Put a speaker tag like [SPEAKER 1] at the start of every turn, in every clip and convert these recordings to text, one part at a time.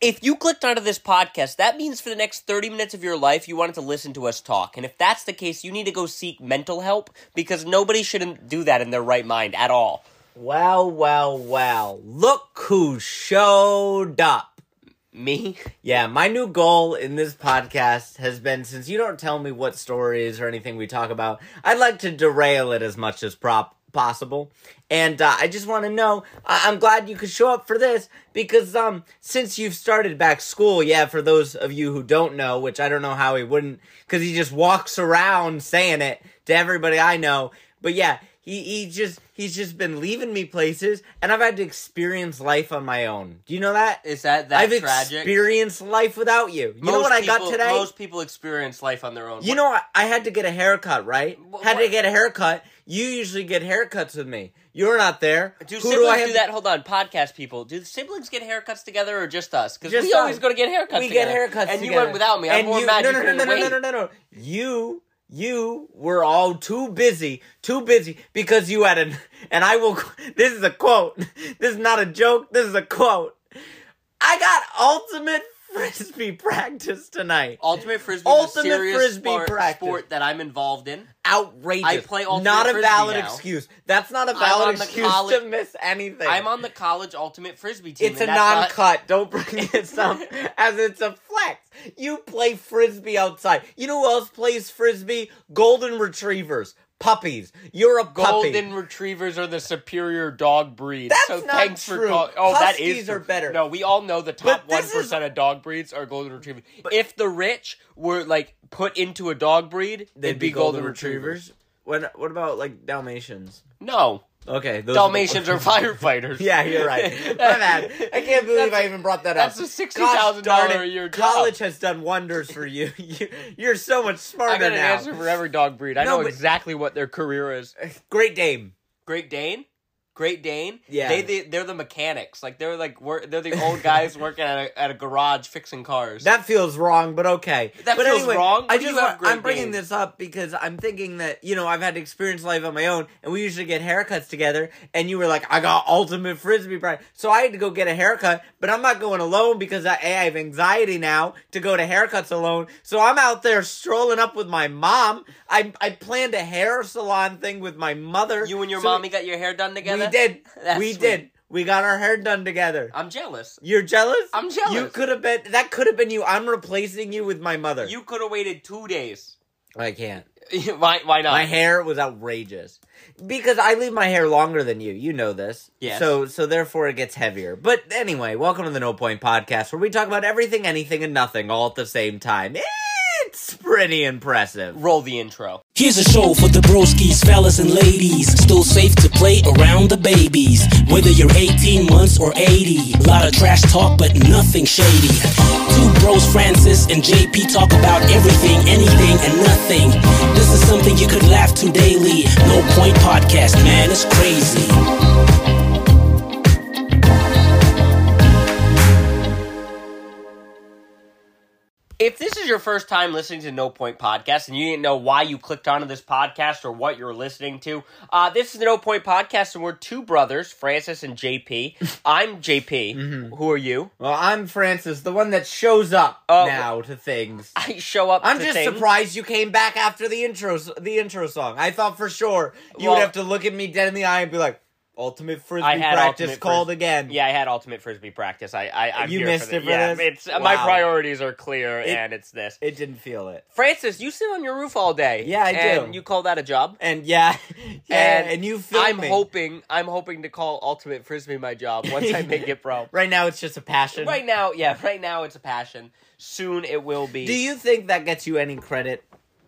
[SPEAKER 1] If you clicked onto this podcast, that means for the next 30 minutes of your life, you wanted to listen to us talk. And if that's the case, you need to go seek mental help because nobody should do that in their right mind at all.
[SPEAKER 2] Wow, wow, wow. Look who showed up.
[SPEAKER 1] Me?
[SPEAKER 2] Yeah, my new goal in this podcast has been since you don't tell me what stories or anything we talk about, I'd like to derail it as much as prop possible. And uh, I just want to know, I- I'm glad you could show up for this because um since you've started back school, yeah, for those of you who don't know, which I don't know how he wouldn't cuz he just walks around saying it to everybody I know. But yeah, he he just he's just been leaving me places and I've had to experience life on my own. Do you know that?
[SPEAKER 1] Is that that
[SPEAKER 2] I've
[SPEAKER 1] tragic?
[SPEAKER 2] experienced life without you. You know
[SPEAKER 1] Most
[SPEAKER 2] what I got
[SPEAKER 1] people-
[SPEAKER 2] today?
[SPEAKER 1] Most people experience life on their own.
[SPEAKER 2] You know, I, I had to get a haircut, right?
[SPEAKER 1] Wh-
[SPEAKER 2] had to
[SPEAKER 1] what-
[SPEAKER 2] get a haircut. You usually get haircuts with me. You're not there.
[SPEAKER 1] Do
[SPEAKER 2] Who
[SPEAKER 1] siblings do,
[SPEAKER 2] do I have?
[SPEAKER 1] that? Hold on, podcast people. Do the siblings get haircuts together or just us? Because
[SPEAKER 2] Just
[SPEAKER 1] we always
[SPEAKER 2] us.
[SPEAKER 1] go to get haircuts.
[SPEAKER 2] we
[SPEAKER 1] together.
[SPEAKER 2] get haircuts.
[SPEAKER 1] and you
[SPEAKER 2] together.
[SPEAKER 1] went without me. I'm
[SPEAKER 2] And
[SPEAKER 1] more
[SPEAKER 2] you,
[SPEAKER 1] mad.
[SPEAKER 2] No,
[SPEAKER 1] you
[SPEAKER 2] no, no,
[SPEAKER 1] couldn't
[SPEAKER 2] no, no,
[SPEAKER 1] wait.
[SPEAKER 2] no, no, no, no. You, you were all too busy, too busy because you had an. And I will. This is a quote. This is not a joke. This is a quote. I got ultimate frisbee practice tonight.
[SPEAKER 1] Ultimate frisbee,
[SPEAKER 2] Ultimate
[SPEAKER 1] is a serious
[SPEAKER 2] Frisbee
[SPEAKER 1] sport,
[SPEAKER 2] practice.
[SPEAKER 1] sport that I'm involved in.
[SPEAKER 2] outrageous.
[SPEAKER 1] I play Ultimate
[SPEAKER 2] Not a
[SPEAKER 1] Frisbee
[SPEAKER 2] valid
[SPEAKER 1] now.
[SPEAKER 2] excuse. That's not a
[SPEAKER 1] on
[SPEAKER 2] valid
[SPEAKER 1] the
[SPEAKER 2] excuse
[SPEAKER 1] college-
[SPEAKER 2] to miss anything.
[SPEAKER 1] I'm on the college ultimate frisbee team.
[SPEAKER 2] it's a
[SPEAKER 1] and that's not-
[SPEAKER 2] non-cut. Don't bring this up as it's a flex. You play frisbee outside. You know who else plays frisbee? Golden retrievers, puppies. You're a puppy.
[SPEAKER 1] Golden retrievers are the superior dog breed.
[SPEAKER 2] That's
[SPEAKER 1] so
[SPEAKER 2] not
[SPEAKER 1] thanks for
[SPEAKER 2] true.
[SPEAKER 1] call- oh, that is
[SPEAKER 2] Huskies are
[SPEAKER 1] true.
[SPEAKER 2] better.
[SPEAKER 1] No, we all know the top
[SPEAKER 2] But
[SPEAKER 1] one
[SPEAKER 2] this is-
[SPEAKER 1] percent of dog breeds are golden retrievers. if the rich were like put into a dog breed,
[SPEAKER 2] They'd
[SPEAKER 1] it'd be, golden retrievers.
[SPEAKER 2] What what about like Dalmatians?
[SPEAKER 1] No,
[SPEAKER 2] Okay, those
[SPEAKER 1] Dalmatians are firefighters.
[SPEAKER 2] Yeah, you're right. My bad. I can't believe I even brought that
[SPEAKER 1] that's
[SPEAKER 2] up.
[SPEAKER 1] a
[SPEAKER 2] Gosh
[SPEAKER 1] $60,000
[SPEAKER 2] darn it,
[SPEAKER 1] a year job.
[SPEAKER 2] College has done wonders for you. you you're so much smarter
[SPEAKER 1] I got an
[SPEAKER 2] now.
[SPEAKER 1] answer for every dog breed. I
[SPEAKER 2] No,
[SPEAKER 1] know
[SPEAKER 2] but-
[SPEAKER 1] exactly what their career is.
[SPEAKER 2] Great Dame.
[SPEAKER 1] Great Dane, Great Dane.
[SPEAKER 2] Yeah.
[SPEAKER 1] they, they they're the mechanics. Like they're like wor- they're the old guys working at a, at a garage fixing cars.
[SPEAKER 2] That feels wrong, but okay.
[SPEAKER 1] That
[SPEAKER 2] but
[SPEAKER 1] feels
[SPEAKER 2] anyway,
[SPEAKER 1] wrong?
[SPEAKER 2] I
[SPEAKER 1] What do
[SPEAKER 2] just
[SPEAKER 1] you have
[SPEAKER 2] want-
[SPEAKER 1] Great
[SPEAKER 2] I'm bringing
[SPEAKER 1] Dane?
[SPEAKER 2] this up because I'm thinking that you know I've had to experience life on my own, and we usually get haircuts together. And you were like, "I got ultimate frisbee pride," so I had to go get a haircut. But I'm not going alone because I, A, I have anxiety now to go to haircuts alone. So I'm out there strolling up with my mom. I I planned a hair salon thing with my mother.
[SPEAKER 1] you and your
[SPEAKER 2] So
[SPEAKER 1] mommy got your hair done
[SPEAKER 2] We
[SPEAKER 1] together.
[SPEAKER 2] did.
[SPEAKER 1] That's
[SPEAKER 2] we
[SPEAKER 1] sweet.
[SPEAKER 2] did. We got our hair done together.
[SPEAKER 1] I'm jealous.
[SPEAKER 2] You're jealous?
[SPEAKER 1] I'm jealous.
[SPEAKER 2] You could have been that could have been you. I'm replacing you with my mother.
[SPEAKER 1] You could have waited two days.
[SPEAKER 2] I can't.
[SPEAKER 1] why? Why not?
[SPEAKER 2] My hair was outrageous. Because I leave my hair longer than you. You know this.
[SPEAKER 1] Yes.
[SPEAKER 2] So so therefore it gets heavier. But anyway, welcome to the No Point Podcast where we talk about everything, anything, and nothing all at the same time. It's pretty impressive.
[SPEAKER 1] Roll the intro.
[SPEAKER 3] Here's a show for the broskies, fellas, and ladies. Still safe to play around the babies. Whether you're 18 months or 80. A lot of trash talk, but nothing shady. Two bros, Francis and JP, talk about everything, anything, and nothing. This is something you could laugh to daily. No point podcast, man, it's crazy.
[SPEAKER 1] If this is your first time listening to No Point Podcast and you didn't know why you clicked onto this podcast or what you're listening to, uh, this is the No Point Podcast, and we're two brothers, Francis and JP. I'm JP.
[SPEAKER 2] Mm-hmm.
[SPEAKER 1] Who are you?
[SPEAKER 2] Well, I'm Francis, the one that shows up
[SPEAKER 1] Oh.
[SPEAKER 2] now to things.
[SPEAKER 1] I show up.
[SPEAKER 2] I'm
[SPEAKER 1] to
[SPEAKER 2] just
[SPEAKER 1] things.
[SPEAKER 2] surprised you came back after the intro, the intro song. I thought for sure you
[SPEAKER 1] Well-
[SPEAKER 2] would have to look at me dead in the eye and be like, "Ultimate frisbee
[SPEAKER 1] I had
[SPEAKER 2] practice
[SPEAKER 1] ultimate
[SPEAKER 2] called
[SPEAKER 1] fris-
[SPEAKER 2] again."
[SPEAKER 1] Yeah, I had ultimate frisbee practice. I, I, I'm
[SPEAKER 2] You
[SPEAKER 1] here
[SPEAKER 2] missed
[SPEAKER 1] for the-
[SPEAKER 2] it for
[SPEAKER 1] yeah, It's
[SPEAKER 2] this?
[SPEAKER 1] my
[SPEAKER 2] Wow.
[SPEAKER 1] priorities are clear,
[SPEAKER 2] It-
[SPEAKER 1] and it's this.
[SPEAKER 2] it didn't feel it.
[SPEAKER 1] Francis, you sit on your roof all day.
[SPEAKER 2] Yeah, I
[SPEAKER 1] and
[SPEAKER 2] do.
[SPEAKER 1] You call that a job?
[SPEAKER 2] And yeah, yeah,
[SPEAKER 1] And
[SPEAKER 2] and, you filmed
[SPEAKER 1] I'm
[SPEAKER 2] me.
[SPEAKER 1] hoping. I'm hoping to call ultimate frisbee my job once I make it pro.
[SPEAKER 2] right now it's just a passion.
[SPEAKER 1] Right now, yeah, right now it's a passion. Soon it will be.
[SPEAKER 2] Do you think that gets you any credit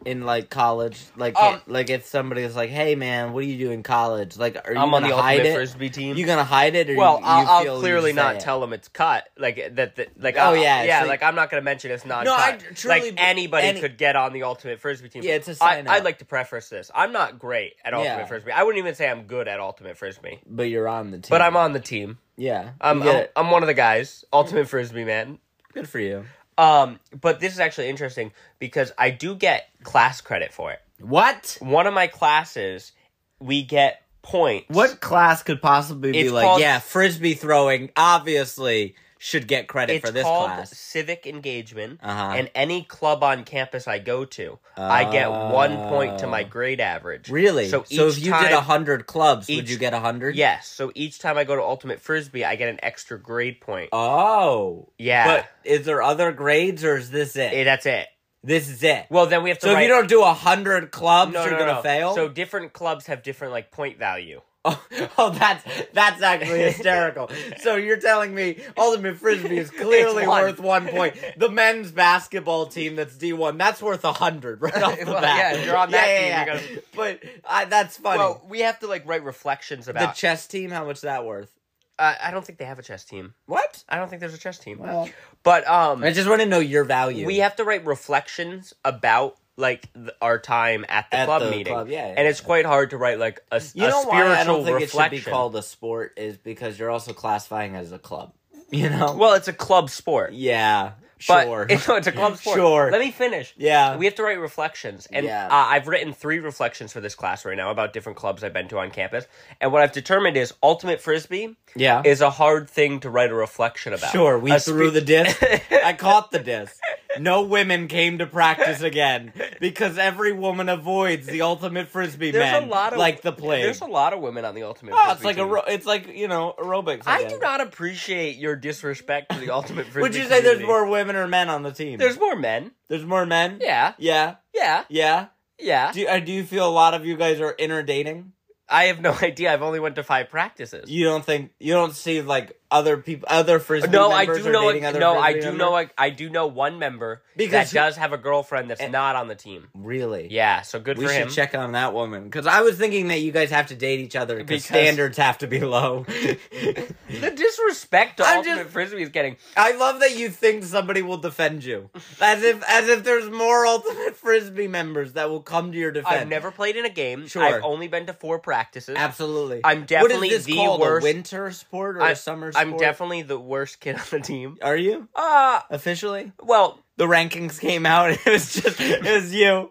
[SPEAKER 2] in like college? Like,
[SPEAKER 1] Um,
[SPEAKER 2] it- like if somebody is like, "Hey, man, what do you do in college?" Like, are you
[SPEAKER 1] I'm on
[SPEAKER 2] gonna
[SPEAKER 1] the
[SPEAKER 2] hide
[SPEAKER 1] ultimate
[SPEAKER 2] it?
[SPEAKER 1] frisbee team.
[SPEAKER 2] You gonna hide it? Or
[SPEAKER 1] well,
[SPEAKER 2] you, you
[SPEAKER 1] I'll,
[SPEAKER 2] feel
[SPEAKER 1] I'll
[SPEAKER 2] you
[SPEAKER 1] clearly
[SPEAKER 2] say
[SPEAKER 1] not
[SPEAKER 2] it?
[SPEAKER 1] tell them it's cut. Like that. that like
[SPEAKER 2] Oh,
[SPEAKER 1] I'll-
[SPEAKER 2] yeah, it's
[SPEAKER 1] yeah. Like,
[SPEAKER 2] like-
[SPEAKER 1] I'm not gonna mention it's not.
[SPEAKER 2] No, I
[SPEAKER 1] cut.
[SPEAKER 2] truly
[SPEAKER 1] like
[SPEAKER 2] be-
[SPEAKER 1] anybody
[SPEAKER 2] any-
[SPEAKER 1] could get on the ultimate frisbee team.
[SPEAKER 2] Yeah, it's a
[SPEAKER 1] I,
[SPEAKER 2] sign
[SPEAKER 1] I'd
[SPEAKER 2] up.
[SPEAKER 1] like to preface this. I'm not great at ultimate
[SPEAKER 2] Yeah.
[SPEAKER 1] frisbee. I wouldn't even say I'm good at ultimate frisbee.
[SPEAKER 2] But you're on the team.
[SPEAKER 1] But I'm on the team.
[SPEAKER 2] Yeah,
[SPEAKER 1] I'm
[SPEAKER 2] you get
[SPEAKER 1] I'm,
[SPEAKER 2] it.
[SPEAKER 1] I'm one of the guys. Ultimate frisbee man.
[SPEAKER 2] good for you.
[SPEAKER 1] Um, but this is actually interesting because I do get class credit for it.
[SPEAKER 2] What?
[SPEAKER 1] One of my classes, we get points.
[SPEAKER 2] What class could possibly be
[SPEAKER 1] It's
[SPEAKER 2] like,
[SPEAKER 1] called-
[SPEAKER 2] yeah, frisbee throwing, obviously. should get credit
[SPEAKER 1] it's
[SPEAKER 2] for this
[SPEAKER 1] called
[SPEAKER 2] class.
[SPEAKER 1] civic engagement,
[SPEAKER 2] Uh-huh.
[SPEAKER 1] and any club on campus I go to, I get one point to my grade average.
[SPEAKER 2] Oh. Really?
[SPEAKER 1] So, each
[SPEAKER 2] if you
[SPEAKER 1] time,
[SPEAKER 2] did hundred clubs,
[SPEAKER 1] each-
[SPEAKER 2] would you get hundred?
[SPEAKER 1] yes. So each time I go to ultimate frisbee, I get an extra grade point.
[SPEAKER 2] Oh.
[SPEAKER 1] Yeah.
[SPEAKER 2] But is there other grades or is this it?
[SPEAKER 1] Eh, that's it.
[SPEAKER 2] this is it.
[SPEAKER 1] Well, then we have to.
[SPEAKER 2] so if
[SPEAKER 1] write-
[SPEAKER 2] you don't do hundred clubs,
[SPEAKER 1] no,
[SPEAKER 2] you're
[SPEAKER 1] no,
[SPEAKER 2] gonna
[SPEAKER 1] no.
[SPEAKER 2] fail.
[SPEAKER 1] So different clubs have different like point value.
[SPEAKER 2] Oh, oh, that's that's actually hysterical. so you're telling me ultimate frisbee is clearly
[SPEAKER 1] It's one.
[SPEAKER 2] worth one point. The men's basketball team that's D one that's worth a hundred right off the
[SPEAKER 1] Well,
[SPEAKER 2] bat.
[SPEAKER 1] yeah, if you're on that team, you're
[SPEAKER 2] But I, that's funny.
[SPEAKER 1] Well, uh, we have to like write reflections
[SPEAKER 2] the
[SPEAKER 1] about.
[SPEAKER 2] chess team, how much that worth?
[SPEAKER 1] uh, I don't think they have a chess team.
[SPEAKER 2] What?
[SPEAKER 1] I don't think there's a chess team.
[SPEAKER 2] Well,
[SPEAKER 1] but um,
[SPEAKER 2] I just want to know your value.
[SPEAKER 1] we have to write reflections about like th- our time at the
[SPEAKER 2] At
[SPEAKER 1] club
[SPEAKER 2] the
[SPEAKER 1] meeting,
[SPEAKER 2] club, yeah, yeah,
[SPEAKER 1] and it's quite hard to write like a,
[SPEAKER 2] You
[SPEAKER 1] a
[SPEAKER 2] know
[SPEAKER 1] spiritual
[SPEAKER 2] why I don't think
[SPEAKER 1] reflection.
[SPEAKER 2] it should be called a sport is because you're also classifying it as a club. You know?
[SPEAKER 1] well, it's a club sport,
[SPEAKER 2] yeah.
[SPEAKER 1] but
[SPEAKER 2] Sure.
[SPEAKER 1] it's, it's a club sport.
[SPEAKER 2] Sure.
[SPEAKER 1] Let me finish.
[SPEAKER 2] yeah.
[SPEAKER 1] We have to write reflections, and
[SPEAKER 2] Yeah.
[SPEAKER 1] uh, I've written three reflections for this class right now about different clubs I've been to on campus. And what I've determined is ultimate frisbee
[SPEAKER 2] yeah.
[SPEAKER 1] is a hard thing to write a reflection about.
[SPEAKER 2] Sure, we
[SPEAKER 1] A
[SPEAKER 2] threw
[SPEAKER 1] spe-
[SPEAKER 2] the disc. I caught the disc. No women came to practice again because every woman avoids the ultimate frisbee
[SPEAKER 1] There's
[SPEAKER 2] men
[SPEAKER 1] a lot of
[SPEAKER 2] like the plague.
[SPEAKER 1] There's a lot of women on the ultimate. frisbee
[SPEAKER 2] oh, it's like
[SPEAKER 1] team.
[SPEAKER 2] a it's like you know aerobics.
[SPEAKER 1] I
[SPEAKER 2] guess.
[SPEAKER 1] do not appreciate your disrespect to the ultimate frisbee.
[SPEAKER 2] Would you say there's
[SPEAKER 1] community.
[SPEAKER 2] more women or men on the team?
[SPEAKER 1] There's more men.
[SPEAKER 2] there's more men.
[SPEAKER 1] Yeah,
[SPEAKER 2] yeah,
[SPEAKER 1] yeah,
[SPEAKER 2] yeah.
[SPEAKER 1] yeah.
[SPEAKER 2] Do you, uh, do you feel a lot of you guys are inner dating?
[SPEAKER 1] I have no idea. I've only went to five practices.
[SPEAKER 2] You don't think you don't see like other people, other frisbee
[SPEAKER 1] no, I
[SPEAKER 2] members
[SPEAKER 1] do
[SPEAKER 2] are
[SPEAKER 1] know.
[SPEAKER 2] dating other
[SPEAKER 1] no, I
[SPEAKER 2] frisbee
[SPEAKER 1] do
[SPEAKER 2] members?
[SPEAKER 1] know. I, I do know one member
[SPEAKER 2] Because
[SPEAKER 1] that does have a girlfriend that's not on the team.
[SPEAKER 2] Really?
[SPEAKER 1] Yeah, so good
[SPEAKER 2] We
[SPEAKER 1] for
[SPEAKER 2] should
[SPEAKER 1] him.
[SPEAKER 2] check on that woman because I was thinking that you guys have to date each other because
[SPEAKER 1] Because-
[SPEAKER 2] standards have to be low.
[SPEAKER 1] The disrespect to
[SPEAKER 2] I'm
[SPEAKER 1] ultimate
[SPEAKER 2] just-
[SPEAKER 1] frisbee is getting.
[SPEAKER 2] I love that you think somebody will defend you, as if as if there's more ultimate frisbee members that will come to your defense.
[SPEAKER 1] I've never played in a game.
[SPEAKER 2] Sure.
[SPEAKER 1] I've only been to four practices.
[SPEAKER 2] absolutely.
[SPEAKER 1] I'm definitely
[SPEAKER 2] what is
[SPEAKER 1] the
[SPEAKER 2] this called,
[SPEAKER 1] worst-
[SPEAKER 2] A winter sport or a
[SPEAKER 1] I-
[SPEAKER 2] summer? sport? Ah,
[SPEAKER 1] I'm definitely the worst kid on the team.
[SPEAKER 2] Are you
[SPEAKER 1] Uh
[SPEAKER 2] officially?
[SPEAKER 1] well,
[SPEAKER 2] The rankings came out. It was just it was you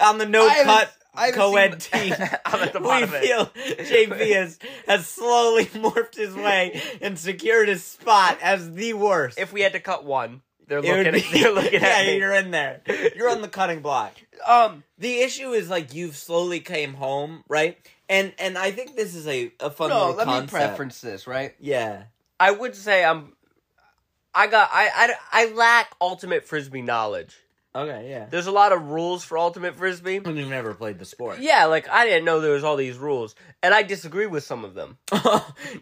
[SPEAKER 2] on the no
[SPEAKER 1] haven't-
[SPEAKER 2] cut.
[SPEAKER 1] I haven't
[SPEAKER 2] Co-ed
[SPEAKER 1] seen-
[SPEAKER 2] team.
[SPEAKER 1] I'm at the
[SPEAKER 2] we
[SPEAKER 1] bottom of it.
[SPEAKER 2] feel JP has, has slowly morphed his way and secured his spot as the worst.
[SPEAKER 1] if we had to cut one, they're
[SPEAKER 2] It would
[SPEAKER 1] looking.
[SPEAKER 2] be-
[SPEAKER 1] they're looking
[SPEAKER 2] yeah,
[SPEAKER 1] at me.
[SPEAKER 2] you're in there. You're on the cutting block.
[SPEAKER 1] Um,
[SPEAKER 2] The issue is like you've slowly came home, right? And and I think this is a a fun
[SPEAKER 1] no,
[SPEAKER 2] little
[SPEAKER 1] let me
[SPEAKER 2] concept.
[SPEAKER 1] preference this right.
[SPEAKER 2] Yeah,
[SPEAKER 1] I would say I'm. I got I, I I lack ultimate frisbee knowledge.
[SPEAKER 2] okay, yeah.
[SPEAKER 1] There's a lot of rules for ultimate frisbee.
[SPEAKER 2] You've never played the sport.
[SPEAKER 1] Yeah, like I didn't know there was all these rules, and I disagree with some of them.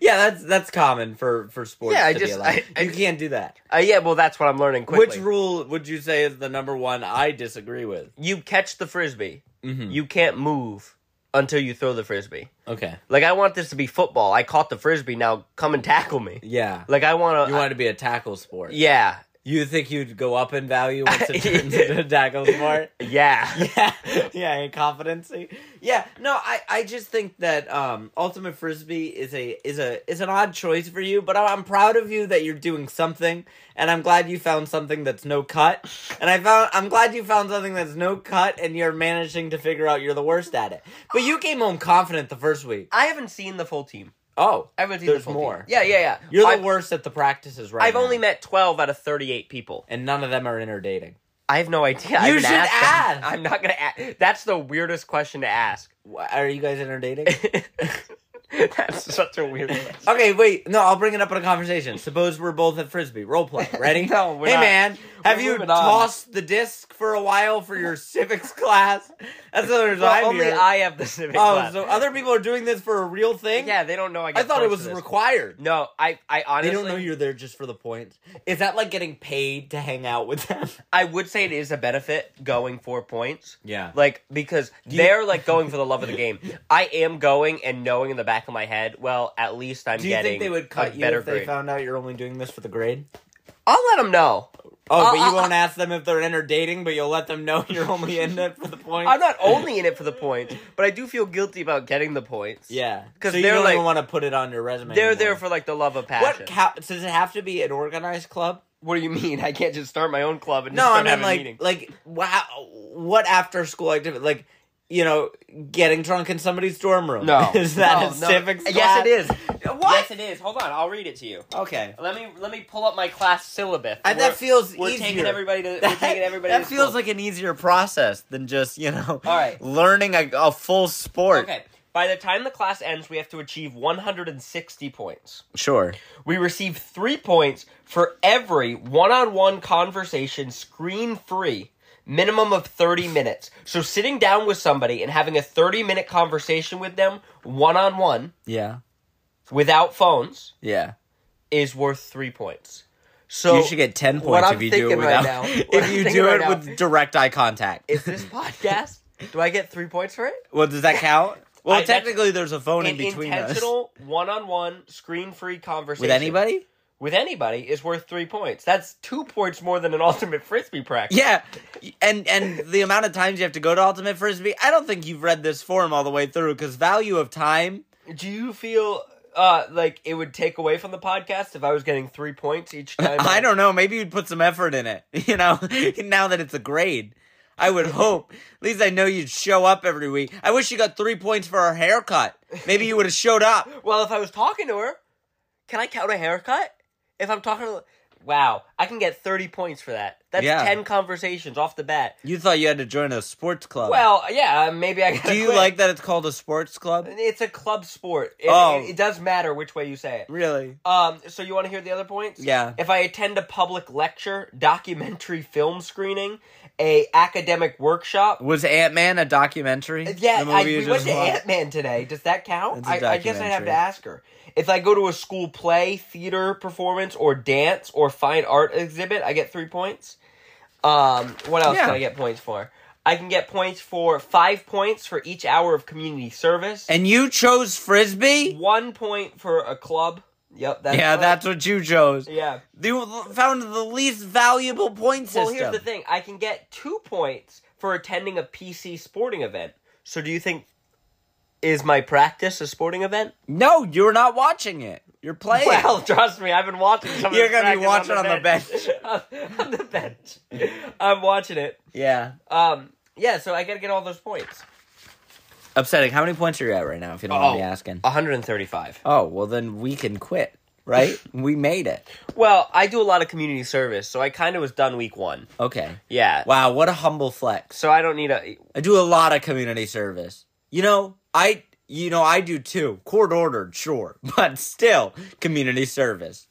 [SPEAKER 2] yeah, that's that's common for for sports.
[SPEAKER 1] Yeah, I
[SPEAKER 2] to be
[SPEAKER 1] just-
[SPEAKER 2] allowed.
[SPEAKER 1] I- I
[SPEAKER 2] you
[SPEAKER 1] just-
[SPEAKER 2] can't do that.
[SPEAKER 1] Uh, yeah, well, that's what I'm learning quickly.
[SPEAKER 2] Which rule would you say is the number one I disagree with?
[SPEAKER 1] You catch the frisbee.
[SPEAKER 2] Mhm.
[SPEAKER 1] You can't move until you throw the frisbee.
[SPEAKER 2] Okay,
[SPEAKER 1] Like I want this to be football. I caught the frisbee. Now come and tackle me.
[SPEAKER 2] yeah,
[SPEAKER 1] Like I want
[SPEAKER 2] you want it to be a tackle sport.
[SPEAKER 1] Yeah,
[SPEAKER 2] you think you'd go up in value once it turns into a tackle sport?
[SPEAKER 1] yeah.
[SPEAKER 2] yeah, yeah, incompetency. Yeah, no, I, I just think that um, ultimate frisbee is a is a is an odd choice for you, but I- I'm proud of you that you're doing something, and I'm glad you found something that's no cut, and I found I'm glad you found something that's no cut, and you're managing to figure out you're the worst at it. But you came home confident the first week.
[SPEAKER 1] I haven't seen the full team.
[SPEAKER 2] Oh,
[SPEAKER 1] I haven't seen
[SPEAKER 2] There's
[SPEAKER 1] the full
[SPEAKER 2] more.
[SPEAKER 1] Team. Yeah, yeah, yeah.
[SPEAKER 2] you're the
[SPEAKER 1] I've,
[SPEAKER 2] worst at the practices right
[SPEAKER 1] I've
[SPEAKER 2] now,
[SPEAKER 1] only met twelve out of thirty-eight people.
[SPEAKER 2] and none of them are inter dating.
[SPEAKER 1] I have no idea. I
[SPEAKER 2] You
[SPEAKER 1] haven't
[SPEAKER 2] should
[SPEAKER 1] asked them.
[SPEAKER 2] ask.
[SPEAKER 1] I'm not gonna ask. That's the weirdest question to ask.
[SPEAKER 2] Are you guys inter dating?
[SPEAKER 1] That's such a weird. question.
[SPEAKER 2] Okay, wait. No, I'll bring it up in a conversation. Suppose we're both at frisbee role play. Ready?
[SPEAKER 1] No, we're
[SPEAKER 2] hey
[SPEAKER 1] not.
[SPEAKER 2] man, have
[SPEAKER 1] We're
[SPEAKER 2] you
[SPEAKER 1] moving on.
[SPEAKER 2] tossed the disc for a while for your civics class? That's the reason
[SPEAKER 1] Well,
[SPEAKER 2] I'm
[SPEAKER 1] only
[SPEAKER 2] here.
[SPEAKER 1] I have the civic
[SPEAKER 2] oh,
[SPEAKER 1] class.
[SPEAKER 2] so other people are doing this for a real thing?
[SPEAKER 1] yeah, they don't know. I,
[SPEAKER 2] I
[SPEAKER 1] get
[SPEAKER 2] thought it
[SPEAKER 1] points
[SPEAKER 2] was
[SPEAKER 1] for this.
[SPEAKER 2] required.
[SPEAKER 1] No, I, I honestly,
[SPEAKER 2] They don't know you're there just for the points. Is that like getting paid to hang out with them?
[SPEAKER 1] I would say it is a benefit going for points.
[SPEAKER 2] Yeah.
[SPEAKER 1] Like because they're like going for the love of the game. I am going and knowing in the back of my head, well, at least I'm
[SPEAKER 2] Do you
[SPEAKER 1] getting
[SPEAKER 2] think they would
[SPEAKER 1] a
[SPEAKER 2] cut you
[SPEAKER 1] better
[SPEAKER 2] if they
[SPEAKER 1] grade.
[SPEAKER 2] found out you're only doing this for the grade?
[SPEAKER 1] I'll let them know.
[SPEAKER 2] Oh,
[SPEAKER 1] I'll-
[SPEAKER 2] but you
[SPEAKER 1] I'll-
[SPEAKER 2] won't ask them if they're inter dating, but you'll let them know you're only in it for the points.
[SPEAKER 1] I'm not only in it for the points, but I do feel guilty about getting the points.
[SPEAKER 2] Yeah,
[SPEAKER 1] 'Cause
[SPEAKER 2] so you
[SPEAKER 1] they're
[SPEAKER 2] don't
[SPEAKER 1] like-
[SPEAKER 2] even want to put it on your resume.
[SPEAKER 1] They're
[SPEAKER 2] anymore.
[SPEAKER 1] there for like the love of passion.
[SPEAKER 2] what? Ca- does it have to be an organized club?
[SPEAKER 1] What do you mean? I can't just start my own club and
[SPEAKER 2] No,
[SPEAKER 1] just
[SPEAKER 2] I
[SPEAKER 1] don't have
[SPEAKER 2] mean
[SPEAKER 1] a
[SPEAKER 2] like
[SPEAKER 1] meeting.
[SPEAKER 2] like wow, what after school activity? Like you know, getting drunk in somebody's dorm room.
[SPEAKER 1] No.
[SPEAKER 2] is that a
[SPEAKER 1] No, no.
[SPEAKER 2] civics?
[SPEAKER 1] Yes, it
[SPEAKER 2] class?
[SPEAKER 1] is.
[SPEAKER 2] What?
[SPEAKER 1] Yes, it is. Hold on, I'll read it to you.
[SPEAKER 2] Okay.
[SPEAKER 1] Let me let me pull up my class syllabus.
[SPEAKER 2] And Uh, that feels
[SPEAKER 1] we're
[SPEAKER 2] easier.
[SPEAKER 1] taking everybody to
[SPEAKER 2] that,
[SPEAKER 1] we're taking everybody.
[SPEAKER 2] that
[SPEAKER 1] to
[SPEAKER 2] feels
[SPEAKER 1] school.
[SPEAKER 2] like an easier process than just you know
[SPEAKER 1] All right.
[SPEAKER 2] learning a, a full sport
[SPEAKER 1] okay. By the time the class ends, we have to achieve 160 points.
[SPEAKER 2] sure
[SPEAKER 1] We receive three points for every one on one conversation screen free, minimum of 30 minutes. So, sitting down with somebody and having a 30 minute conversation with them one on one
[SPEAKER 2] yeah
[SPEAKER 1] without phones
[SPEAKER 2] yeah
[SPEAKER 1] is worth three points. So,
[SPEAKER 2] you should get 10
[SPEAKER 1] what
[SPEAKER 2] points
[SPEAKER 1] I'm
[SPEAKER 2] if you do it
[SPEAKER 1] thinking right
[SPEAKER 2] without
[SPEAKER 1] now- what
[SPEAKER 2] if
[SPEAKER 1] I'm
[SPEAKER 2] you
[SPEAKER 1] thinking
[SPEAKER 2] do
[SPEAKER 1] right
[SPEAKER 2] it
[SPEAKER 1] now-
[SPEAKER 2] with direct eye contact
[SPEAKER 1] is this podcast? do I get three points for it?
[SPEAKER 2] well does that count well
[SPEAKER 1] I- that's-
[SPEAKER 2] technically there's a phone in
[SPEAKER 1] An
[SPEAKER 2] between us
[SPEAKER 1] intentional one on one screen free conversation
[SPEAKER 2] with anybody
[SPEAKER 1] with anybody is worth three points. That's two points more than an ultimate frisbee practice.
[SPEAKER 2] yeah and and the amount of times you have to go to ultimate frisbee i don't think you've read this form all the way through because value of time
[SPEAKER 1] Do you feel uh, like it would take away from the podcast if I was getting three points each time?
[SPEAKER 2] I don't know. Maybe you'd put some effort in it, you know, now that it's a grade. I would hope. At least I know you'd show up every week. I wish you got three points for our haircut. Maybe you would have showed up.
[SPEAKER 1] Well, if I was talking to her, can I count a haircut? If I'm talking to. Wow, I can get 30 points for that. That's
[SPEAKER 2] Yeah.
[SPEAKER 1] 10 conversations off the bat.
[SPEAKER 2] You thought you had to join a sports club.
[SPEAKER 1] Well, yeah, maybe I gotta
[SPEAKER 2] do you
[SPEAKER 1] quit.
[SPEAKER 2] like that it's called a sports club?
[SPEAKER 1] It's a club sport. It,
[SPEAKER 2] Oh.
[SPEAKER 1] it, it does matter which way you say it.
[SPEAKER 2] Really?
[SPEAKER 1] Um, so you want to hear the other points?
[SPEAKER 2] Yeah.
[SPEAKER 1] If I attend a public lecture, documentary film screening, a academic workshop, uh,
[SPEAKER 2] Was Ant Man a documentary?
[SPEAKER 1] Yeah,
[SPEAKER 2] The movie
[SPEAKER 1] I,
[SPEAKER 2] you
[SPEAKER 1] we
[SPEAKER 2] just
[SPEAKER 1] went to
[SPEAKER 2] watched?
[SPEAKER 1] Ant Man today. Does that count?
[SPEAKER 2] It's a
[SPEAKER 1] I, I guess I'd have
[SPEAKER 2] documentary.
[SPEAKER 1] to ask her. If I go to a school play, theater performance, or dance or fine art exhibit, I get three points. Um, what else
[SPEAKER 2] Yeah.
[SPEAKER 1] can I get points for? I can get points for five points for each hour of community service.
[SPEAKER 2] And you chose Frisbee?
[SPEAKER 1] one point for a club. Yep. That's
[SPEAKER 2] Yeah,
[SPEAKER 1] right.
[SPEAKER 2] that's what you chose.
[SPEAKER 1] yeah.
[SPEAKER 2] You found the least valuable point system.
[SPEAKER 1] Well, here's the thing. I can get two points for attending a PC sporting event. So, do you think is my practice a sporting event?
[SPEAKER 2] No, you're not watching it. You're playing. it.
[SPEAKER 1] Well, trust me, I've been watching some. of
[SPEAKER 2] You're
[SPEAKER 1] this
[SPEAKER 2] gonna be
[SPEAKER 1] practice
[SPEAKER 2] watching on the
[SPEAKER 1] on the bench. on the bench, I'm watching it.
[SPEAKER 2] Yeah.
[SPEAKER 1] Um, yeah, so I gotta get all those points.
[SPEAKER 2] upsetting. How many points are you at right now? If you don't mind me
[SPEAKER 1] Oh.
[SPEAKER 2] asking.
[SPEAKER 1] 135.
[SPEAKER 2] Oh well, then we can quit. Right? we made it.
[SPEAKER 1] Well, I do a lot of community service, so I kind of was done week one.
[SPEAKER 2] Okay.
[SPEAKER 1] Yeah.
[SPEAKER 2] Wow, what a humble flex.
[SPEAKER 1] So I don't need a.
[SPEAKER 2] I do a lot of community service. You know, I you know I do too. Court ordered, sure, but still community service.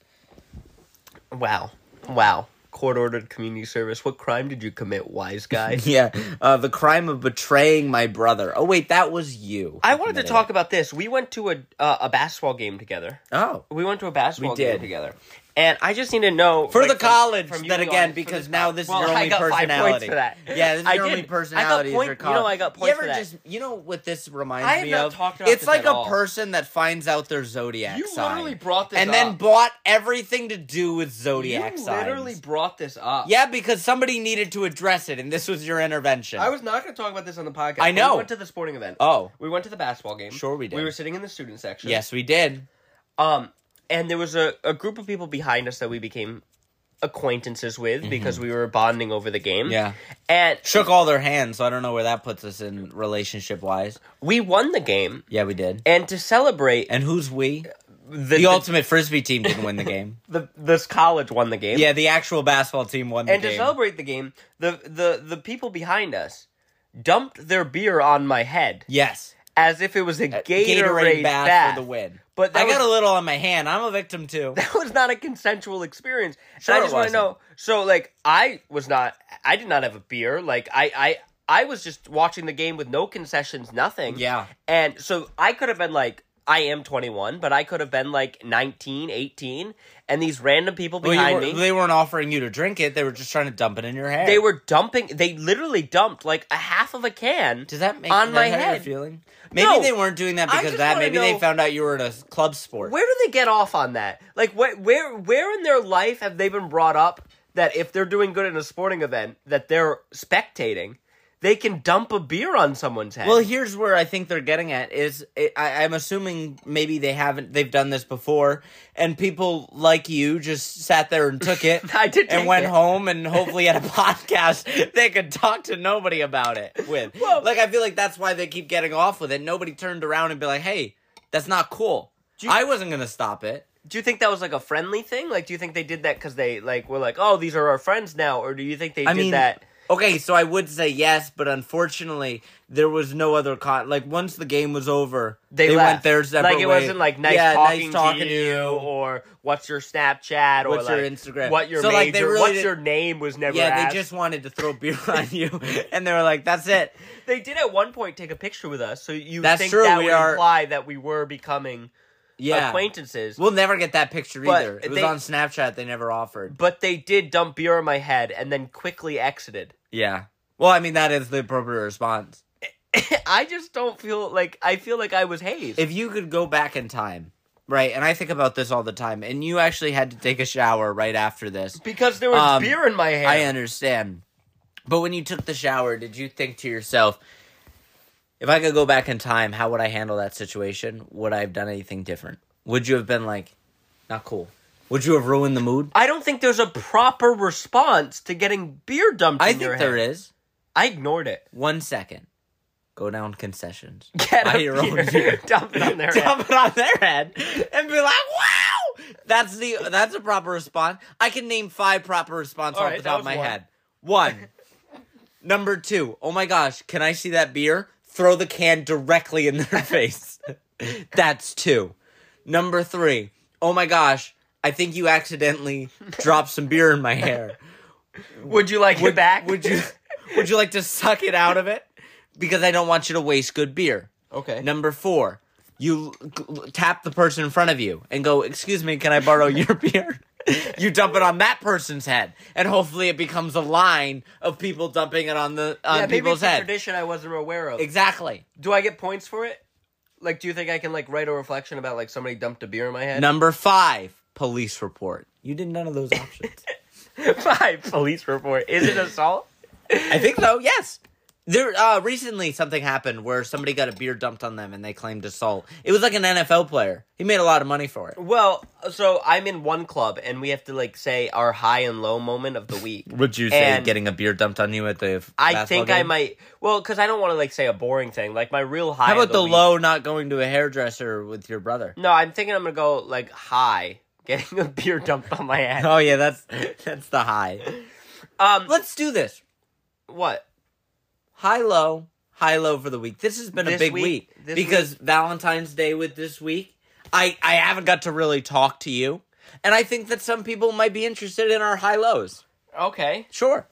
[SPEAKER 1] Wow. Wow. Court ordered community service. What crime did you commit, wise guy?
[SPEAKER 2] Yeah, uh, the crime of betraying my brother. Oh wait, that was you.
[SPEAKER 1] I wanted to talk about this. We went to a uh, a basketball game together.
[SPEAKER 2] Oh.
[SPEAKER 1] We went to a basketball
[SPEAKER 2] We did.
[SPEAKER 1] game together. And I just need to know
[SPEAKER 2] For
[SPEAKER 1] like,
[SPEAKER 2] the
[SPEAKER 1] from-
[SPEAKER 2] college,
[SPEAKER 1] from you,
[SPEAKER 2] then
[SPEAKER 1] the audience,
[SPEAKER 2] again,
[SPEAKER 1] for
[SPEAKER 2] because
[SPEAKER 1] this
[SPEAKER 2] now
[SPEAKER 1] college.
[SPEAKER 2] this is
[SPEAKER 1] Well,
[SPEAKER 2] your
[SPEAKER 1] I
[SPEAKER 2] only
[SPEAKER 1] got five points
[SPEAKER 2] personality.
[SPEAKER 1] for that.
[SPEAKER 2] Yeah, this is
[SPEAKER 1] I
[SPEAKER 2] your only
[SPEAKER 1] didn't.
[SPEAKER 2] personality.
[SPEAKER 1] I got
[SPEAKER 2] is your
[SPEAKER 1] point, you know,
[SPEAKER 2] college.
[SPEAKER 1] I got
[SPEAKER 2] You
[SPEAKER 1] points
[SPEAKER 2] ever
[SPEAKER 1] for that.
[SPEAKER 2] just, you know what this reminds
[SPEAKER 1] I have
[SPEAKER 2] me
[SPEAKER 1] not
[SPEAKER 2] of?
[SPEAKER 1] talked about
[SPEAKER 2] it's
[SPEAKER 1] this
[SPEAKER 2] like
[SPEAKER 1] at
[SPEAKER 2] a
[SPEAKER 1] all.
[SPEAKER 2] person that finds out their zodiac
[SPEAKER 1] You
[SPEAKER 2] sign.
[SPEAKER 1] literally brought this
[SPEAKER 2] and
[SPEAKER 1] up.
[SPEAKER 2] then bought everything to do with
[SPEAKER 1] you
[SPEAKER 2] zodiac signs.
[SPEAKER 1] literally brought this up.
[SPEAKER 2] yeah, because somebody needed to address it, and this was your intervention.
[SPEAKER 1] I was not going to talk about this on the podcast.
[SPEAKER 2] I know.
[SPEAKER 1] We went to the sporting event.
[SPEAKER 2] Oh.
[SPEAKER 1] We went to the basketball game.
[SPEAKER 2] Sure we did.
[SPEAKER 1] We were sitting in the student section.
[SPEAKER 2] Yes, we did.
[SPEAKER 1] Um, and there was a, a group of people behind us that we became acquaintances with because we were bonding over the game.
[SPEAKER 2] Mm-hmm. Yeah.
[SPEAKER 1] And
[SPEAKER 2] Shook all their hands, so I don't know where that puts us in relationship wise.
[SPEAKER 1] we won the game.
[SPEAKER 2] Yeah, we did.
[SPEAKER 1] And to celebrate,
[SPEAKER 2] And who's we?
[SPEAKER 1] the,
[SPEAKER 2] The
[SPEAKER 1] the,
[SPEAKER 2] ultimate frisbee team didn't win the game.
[SPEAKER 1] the- this college won the game.
[SPEAKER 2] Yeah, the actual basketball team won the
[SPEAKER 1] And
[SPEAKER 2] game.
[SPEAKER 1] to celebrate the game, the, the the people behind us dumped their beer on my head
[SPEAKER 2] yes.
[SPEAKER 1] as if it was a Gatorade,
[SPEAKER 2] bath,
[SPEAKER 1] bath,
[SPEAKER 2] for the win.
[SPEAKER 1] But that
[SPEAKER 2] I got
[SPEAKER 1] was-
[SPEAKER 2] a little on my hand. I'm a victim too.
[SPEAKER 1] That was not a consensual experience. And
[SPEAKER 2] Sure
[SPEAKER 1] I
[SPEAKER 2] it
[SPEAKER 1] just want to know.
[SPEAKER 2] wasn't.
[SPEAKER 1] So like, I was not. I did not have a beer. Like I I. I was just watching the game with no concessions, nothing.
[SPEAKER 2] Yeah.
[SPEAKER 1] And so I could have been like, I am 21, but I could have been like 19, 18. And these random people
[SPEAKER 2] Well, you
[SPEAKER 1] behind me.
[SPEAKER 2] were- They weren't offering you to drink it. They were just trying to dump it in your hair.
[SPEAKER 1] They were dumping. They literally dumped like a half of a can.
[SPEAKER 2] Does that make
[SPEAKER 1] on
[SPEAKER 2] does
[SPEAKER 1] my
[SPEAKER 2] that hurt your
[SPEAKER 1] head?
[SPEAKER 2] feeling? Maybe
[SPEAKER 1] No.
[SPEAKER 2] they weren't doing that
[SPEAKER 1] I
[SPEAKER 2] because
[SPEAKER 1] just
[SPEAKER 2] of that.
[SPEAKER 1] wanna
[SPEAKER 2] Maybe they
[SPEAKER 1] know-
[SPEAKER 2] found out you were in a club sport.
[SPEAKER 1] Where do they get off on that? Like, wh- where where in their life have they been brought up that if they're doing good in a sporting event that they're spectating, they can dump a beer on someone's head.
[SPEAKER 2] Well, here's where I think they're getting at is I, I'm assuming maybe they haven't they've done this before, and people like you just sat there and took it.
[SPEAKER 1] I did
[SPEAKER 2] and
[SPEAKER 1] take
[SPEAKER 2] went
[SPEAKER 1] it.
[SPEAKER 2] home and hopefully had a podcast they could talk to nobody about it with.
[SPEAKER 1] Well-
[SPEAKER 2] like I feel like that's why they keep getting off with it. Nobody turned around and be like, "Hey, that's not cool."
[SPEAKER 1] you-
[SPEAKER 2] I wasn't gonna stop it.
[SPEAKER 1] do you think that was like a friendly thing? Like, do you think they did that because they like were like, oh, these are our friends now, or do you think they
[SPEAKER 2] I
[SPEAKER 1] did
[SPEAKER 2] mean
[SPEAKER 1] that?
[SPEAKER 2] Okay, so I would say yes, but unfortunately, there was no other con. Like once the game was over,
[SPEAKER 1] They,
[SPEAKER 2] they,
[SPEAKER 1] left.
[SPEAKER 2] went their separate
[SPEAKER 1] Like it
[SPEAKER 2] way.
[SPEAKER 1] wasn't like nice,
[SPEAKER 2] Yeah,
[SPEAKER 1] talking,
[SPEAKER 2] talking
[SPEAKER 1] to, you, or what's your Snapchat or
[SPEAKER 2] What's your
[SPEAKER 1] like,
[SPEAKER 2] Instagram?
[SPEAKER 1] what your
[SPEAKER 2] So,
[SPEAKER 1] major,
[SPEAKER 2] like, they really
[SPEAKER 1] what's
[SPEAKER 2] did-
[SPEAKER 1] your name was never.
[SPEAKER 2] Yeah,
[SPEAKER 1] asked.
[SPEAKER 2] they just wanted to throw beer on you, and they were like, "That's it."
[SPEAKER 1] They did at one point take a picture with us, so you
[SPEAKER 2] That's
[SPEAKER 1] think
[SPEAKER 2] true,
[SPEAKER 1] that
[SPEAKER 2] we
[SPEAKER 1] would
[SPEAKER 2] are-
[SPEAKER 1] imply that we were becoming
[SPEAKER 2] Yeah,
[SPEAKER 1] acquaintances.
[SPEAKER 2] we'll never get that picture
[SPEAKER 1] But
[SPEAKER 2] either. It was
[SPEAKER 1] they-
[SPEAKER 2] on Snapchat. They never offered.
[SPEAKER 1] but they did dump beer on my head and then quickly exited.
[SPEAKER 2] Yeah. Well, I mean, that is the appropriate response.
[SPEAKER 1] I just don't feel like I feel like I was hazed.
[SPEAKER 2] If you could go back in time, right? And I think about this all the time. And you actually had to take a shower right after this.
[SPEAKER 1] because there was
[SPEAKER 2] Um,
[SPEAKER 1] beer in my hair.
[SPEAKER 2] I understand. But when you took the shower, did you think to yourself, if I could go back in time, how would I handle that situation? Would I have done anything different? Would you have been like, not cool? Would you have ruined the mood?
[SPEAKER 1] I don't think there's a proper response to getting beer dumped
[SPEAKER 2] I
[SPEAKER 1] in your
[SPEAKER 2] think
[SPEAKER 1] head.
[SPEAKER 2] there is.
[SPEAKER 1] I ignored it.
[SPEAKER 2] One second. Go down concessions.
[SPEAKER 1] Get
[SPEAKER 2] Buy
[SPEAKER 1] a
[SPEAKER 2] your
[SPEAKER 1] beer,
[SPEAKER 2] own beer.
[SPEAKER 1] dump it on their head.
[SPEAKER 2] Dump it on their head and be like, wow! That's the that's a proper response. I can name five proper responses
[SPEAKER 1] All
[SPEAKER 2] off
[SPEAKER 1] right,
[SPEAKER 2] the
[SPEAKER 1] that
[SPEAKER 2] top of
[SPEAKER 1] was
[SPEAKER 2] my
[SPEAKER 1] one.
[SPEAKER 2] head. One. Number two, oh my gosh, can I see that beer? Throw the can directly in their face. That's two. Number three, oh my gosh, I think you accidentally dropped some beer in my hair.
[SPEAKER 1] Would you like it back?
[SPEAKER 2] Would you would you like to suck it out of it? Because I don't want you to waste good beer.
[SPEAKER 1] Okay.
[SPEAKER 2] Number four, you l- l- tap the person in front of you and go, "Excuse me, can I borrow your beer?" you dump it on that person's head, and hopefully it becomes a line of people dumping it on the on
[SPEAKER 1] yeah, maybe
[SPEAKER 2] people's
[SPEAKER 1] it's a
[SPEAKER 2] head.
[SPEAKER 1] tradition I wasn't aware of.
[SPEAKER 2] Exactly.
[SPEAKER 1] Do I get points for it? Like, do you think I can like write a reflection about like somebody dumped a beer in my head?
[SPEAKER 2] Number five, police report. You did none of those options.
[SPEAKER 1] Five police report. Is it assault?
[SPEAKER 2] I think so. Yes. There uh, recently something happened where somebody got a beer dumped on them and they claimed assault. It was like an NFL player. He made a lot of money for it.
[SPEAKER 1] Well, so I'm in one club, and we have to like say our high and low moment of the week.
[SPEAKER 2] Would you
[SPEAKER 1] say And-
[SPEAKER 2] getting a beer dumped on you at the?
[SPEAKER 1] I think I might. Well, because I don't want to like say a boring thing. Like my real high.
[SPEAKER 2] How
[SPEAKER 1] of
[SPEAKER 2] about the
[SPEAKER 1] week-
[SPEAKER 2] low not going to a hairdresser with your brother?
[SPEAKER 1] No, I'm thinking I'm gonna go like high, getting a beer dumped on my head.
[SPEAKER 2] Oh yeah, that's that's the high.
[SPEAKER 1] Um,
[SPEAKER 2] Let's do this.
[SPEAKER 1] what?
[SPEAKER 2] High low, high low for the week. This has been a
[SPEAKER 1] This
[SPEAKER 2] big
[SPEAKER 1] week-
[SPEAKER 2] week,
[SPEAKER 1] this
[SPEAKER 2] because Valentine's Day with this week. I I haven't got to really talk to you, and I think that some people might be interested in our high lows.
[SPEAKER 1] Okay.
[SPEAKER 2] Sure.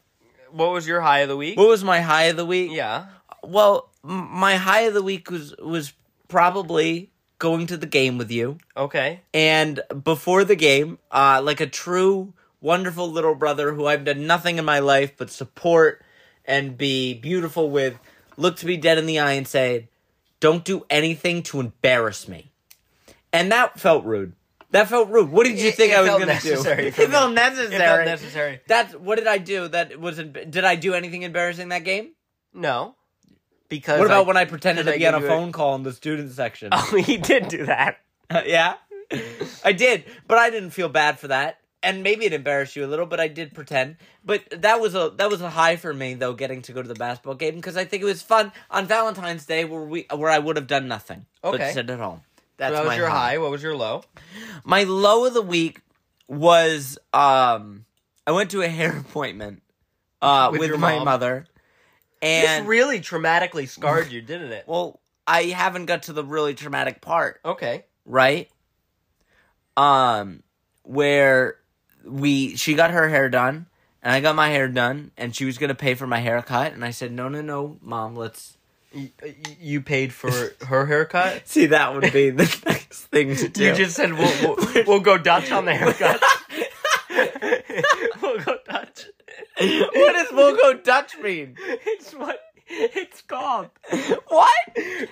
[SPEAKER 1] What was your high of the week?
[SPEAKER 2] What was my high of the week?
[SPEAKER 1] yeah.
[SPEAKER 2] Well, m- my high of the week was was probably going to the game with you.
[SPEAKER 1] Okay.
[SPEAKER 2] And before the game, uh, like a true wonderful little brother who I've done nothing in my life but support and be beautiful with, looked me dead in the eye and said, "Don't do anything to embarrass me." And that felt rude. That felt rude. What did you
[SPEAKER 1] It-
[SPEAKER 2] think
[SPEAKER 1] it
[SPEAKER 2] I was
[SPEAKER 1] felt
[SPEAKER 2] going to do?
[SPEAKER 1] necessary
[SPEAKER 2] It
[SPEAKER 1] for me.
[SPEAKER 2] felt
[SPEAKER 1] It felt
[SPEAKER 2] necessary.
[SPEAKER 1] necessary.
[SPEAKER 2] That's what did I do? That was emb- did I do anything embarrassing that game?
[SPEAKER 1] No. Because
[SPEAKER 2] What about
[SPEAKER 1] I-
[SPEAKER 2] when I pretended
[SPEAKER 1] did
[SPEAKER 2] to
[SPEAKER 1] I
[SPEAKER 2] be on a
[SPEAKER 1] give you a-
[SPEAKER 2] phone call in the student section?
[SPEAKER 1] Oh, he did do that.
[SPEAKER 2] yeah, I did, but I didn't feel bad for that, and maybe it embarrassed you a little, but I did pretend. But that was a that was a high for me though, getting to go to the basketball game because I think it was fun on Valentine's Day where we where I would have done nothing
[SPEAKER 1] Okay.
[SPEAKER 2] but sit at home. That's
[SPEAKER 1] That was
[SPEAKER 2] my
[SPEAKER 1] your high. What was your low?
[SPEAKER 2] My low of the week was um I went to a hair appointment uh
[SPEAKER 1] With
[SPEAKER 2] with,
[SPEAKER 1] your
[SPEAKER 2] my
[SPEAKER 1] mom.
[SPEAKER 2] mother, and
[SPEAKER 1] this really traumatically scarred you, didn't it?
[SPEAKER 2] well, I haven't got to the really traumatic part.
[SPEAKER 1] Okay.
[SPEAKER 2] right? Um, where we she got her hair done and I got my hair done and she was gonna pay for my haircut and I said no no no mom let's
[SPEAKER 1] You, you paid for her haircut.
[SPEAKER 2] see that would be the next thing to do.
[SPEAKER 1] You just said we'll, we'll, we'll go Dutch on the haircut. we'll go Dutch.
[SPEAKER 2] what does we'll go Dutch mean?
[SPEAKER 1] It's what it's called.
[SPEAKER 2] What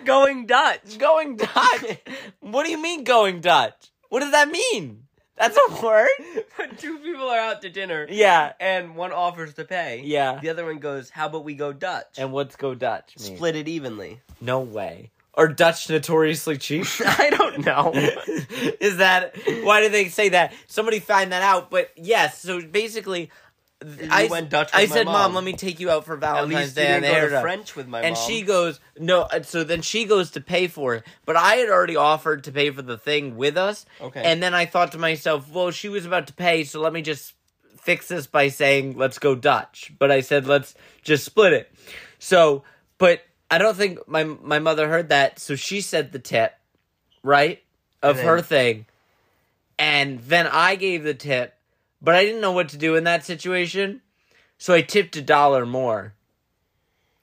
[SPEAKER 1] Going Dutch.
[SPEAKER 2] going Dutch? What do you mean going Dutch? What does that mean? That's a word?
[SPEAKER 1] when two people are out to dinner
[SPEAKER 2] Yeah.
[SPEAKER 1] and one offers to pay,
[SPEAKER 2] Yeah.
[SPEAKER 1] the other one goes, "How about we go Dutch?"
[SPEAKER 2] And what's go Dutch mean?
[SPEAKER 1] split it evenly.
[SPEAKER 2] No way. Are Dutch notoriously cheap?
[SPEAKER 1] I don't know.
[SPEAKER 2] Is that why do they say that? Somebody find that out. But yes, so basically,
[SPEAKER 1] You
[SPEAKER 2] I
[SPEAKER 1] went Dutch
[SPEAKER 2] I
[SPEAKER 1] with my
[SPEAKER 2] said,
[SPEAKER 1] mom.
[SPEAKER 2] "Mom, let me take you out for
[SPEAKER 1] At
[SPEAKER 2] Valentine's
[SPEAKER 1] least you
[SPEAKER 2] Day."
[SPEAKER 1] didn't
[SPEAKER 2] and they
[SPEAKER 1] go
[SPEAKER 2] heard
[SPEAKER 1] to
[SPEAKER 2] her.
[SPEAKER 1] French with my
[SPEAKER 2] and
[SPEAKER 1] mom.
[SPEAKER 2] she goes, "No." uh, So then she goes to pay for it, but I had already offered to pay for the thing with us.
[SPEAKER 1] Okay.
[SPEAKER 2] And then I thought to myself, "Well, she was about to pay, so let me just fix this by saying let's go Dutch." But I said, "Let's just split it." So, but I don't think my my mother heard that, so she said the tip, right, of
[SPEAKER 1] then-
[SPEAKER 2] her thing, and then I gave the tip, but I didn't know what to do in that situation, so I tipped a dollar more.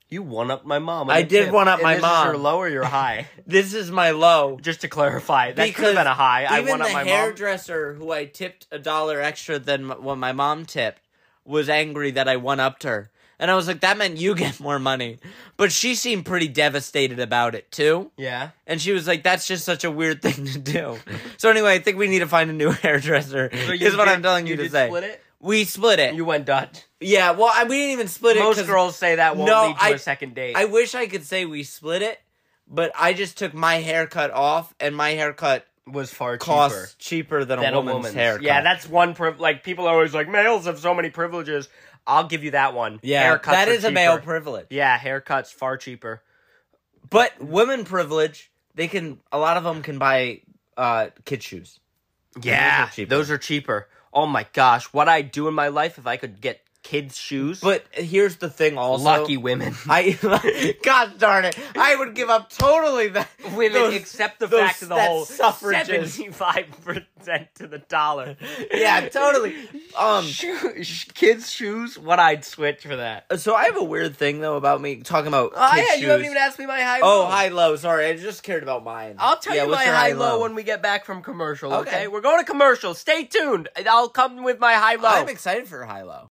[SPEAKER 1] "You one up my mom." on
[SPEAKER 2] I
[SPEAKER 1] the
[SPEAKER 2] did
[SPEAKER 1] tip.
[SPEAKER 2] one-up
[SPEAKER 1] And
[SPEAKER 2] my
[SPEAKER 1] this
[SPEAKER 2] mom.
[SPEAKER 1] Is your low or your high?
[SPEAKER 2] This is my low.
[SPEAKER 1] Just to clarify, that could
[SPEAKER 2] Because
[SPEAKER 1] have been a high. I
[SPEAKER 2] even
[SPEAKER 1] one up
[SPEAKER 2] the
[SPEAKER 1] my mom.
[SPEAKER 2] hairdresser who I tipped a dollar extra than m- what my mom tipped was angry that I one upped her, and I was like, "That meant you get more money," but she seemed pretty devastated about it too,
[SPEAKER 1] Yeah.
[SPEAKER 2] and she was like, "That's just such a weird thing to do." so anyway, I think we need to find a new hairdresser.
[SPEAKER 1] So
[SPEAKER 2] is what
[SPEAKER 1] did-
[SPEAKER 2] I'm telling you, to
[SPEAKER 1] did
[SPEAKER 2] say.
[SPEAKER 1] Split it.
[SPEAKER 2] We split it.
[SPEAKER 1] You went Dutch.
[SPEAKER 2] yeah, well, I, we didn't even split it.
[SPEAKER 1] Most
[SPEAKER 2] 'cause
[SPEAKER 1] girls say that won't
[SPEAKER 2] No,
[SPEAKER 1] lead to
[SPEAKER 2] I-
[SPEAKER 1] a second date.
[SPEAKER 2] I wish I could say we split it, but I just took my haircut off, and my haircut
[SPEAKER 1] was far cheaper.
[SPEAKER 2] costs cheaper, than,
[SPEAKER 1] than
[SPEAKER 2] a woman's, haircut.
[SPEAKER 1] Yeah, that's one. Priv- like people are always like, males have so many privileges. I'll give you that one.
[SPEAKER 2] yeah,
[SPEAKER 1] haircuts
[SPEAKER 2] that
[SPEAKER 1] are
[SPEAKER 2] is a male
[SPEAKER 1] cheaper.
[SPEAKER 2] privilege.
[SPEAKER 1] yeah, haircuts far cheaper.
[SPEAKER 2] But women privilege, they can a lot of them can buy uh kid shoes.
[SPEAKER 1] Yeah,
[SPEAKER 2] cheaper.
[SPEAKER 1] those are cheaper. Oh my gosh, what I would do in my life if I could get kids shoes?
[SPEAKER 2] But here's the thing, also
[SPEAKER 1] lucky women.
[SPEAKER 2] I God darn it! I would give up totally that
[SPEAKER 1] Women
[SPEAKER 2] those-
[SPEAKER 1] accept the
[SPEAKER 2] those-
[SPEAKER 1] fact of the
[SPEAKER 2] that
[SPEAKER 1] whole
[SPEAKER 2] suffrages.
[SPEAKER 1] seventy-five percent to the dollar.
[SPEAKER 2] Yeah, totally. Um,
[SPEAKER 1] Shoe- sh- kids shoes. What I'd switch for that.
[SPEAKER 2] so I have a weird thing though about me talking about.
[SPEAKER 1] Oh
[SPEAKER 2] kid
[SPEAKER 1] yeah,
[SPEAKER 2] shoes.
[SPEAKER 1] you haven't even asked me my high.
[SPEAKER 2] Oh,
[SPEAKER 1] low.
[SPEAKER 2] high low. Sorry, I just cared about mine.
[SPEAKER 1] I'll tell
[SPEAKER 2] Yeah,
[SPEAKER 1] you my
[SPEAKER 2] what's your
[SPEAKER 1] high low
[SPEAKER 2] high-low?
[SPEAKER 1] when we get back from commercial. Okay.
[SPEAKER 2] Okay.
[SPEAKER 1] we're going to commercial. Stay tuned. and I'll come with my high low.
[SPEAKER 2] I'm excited for high low.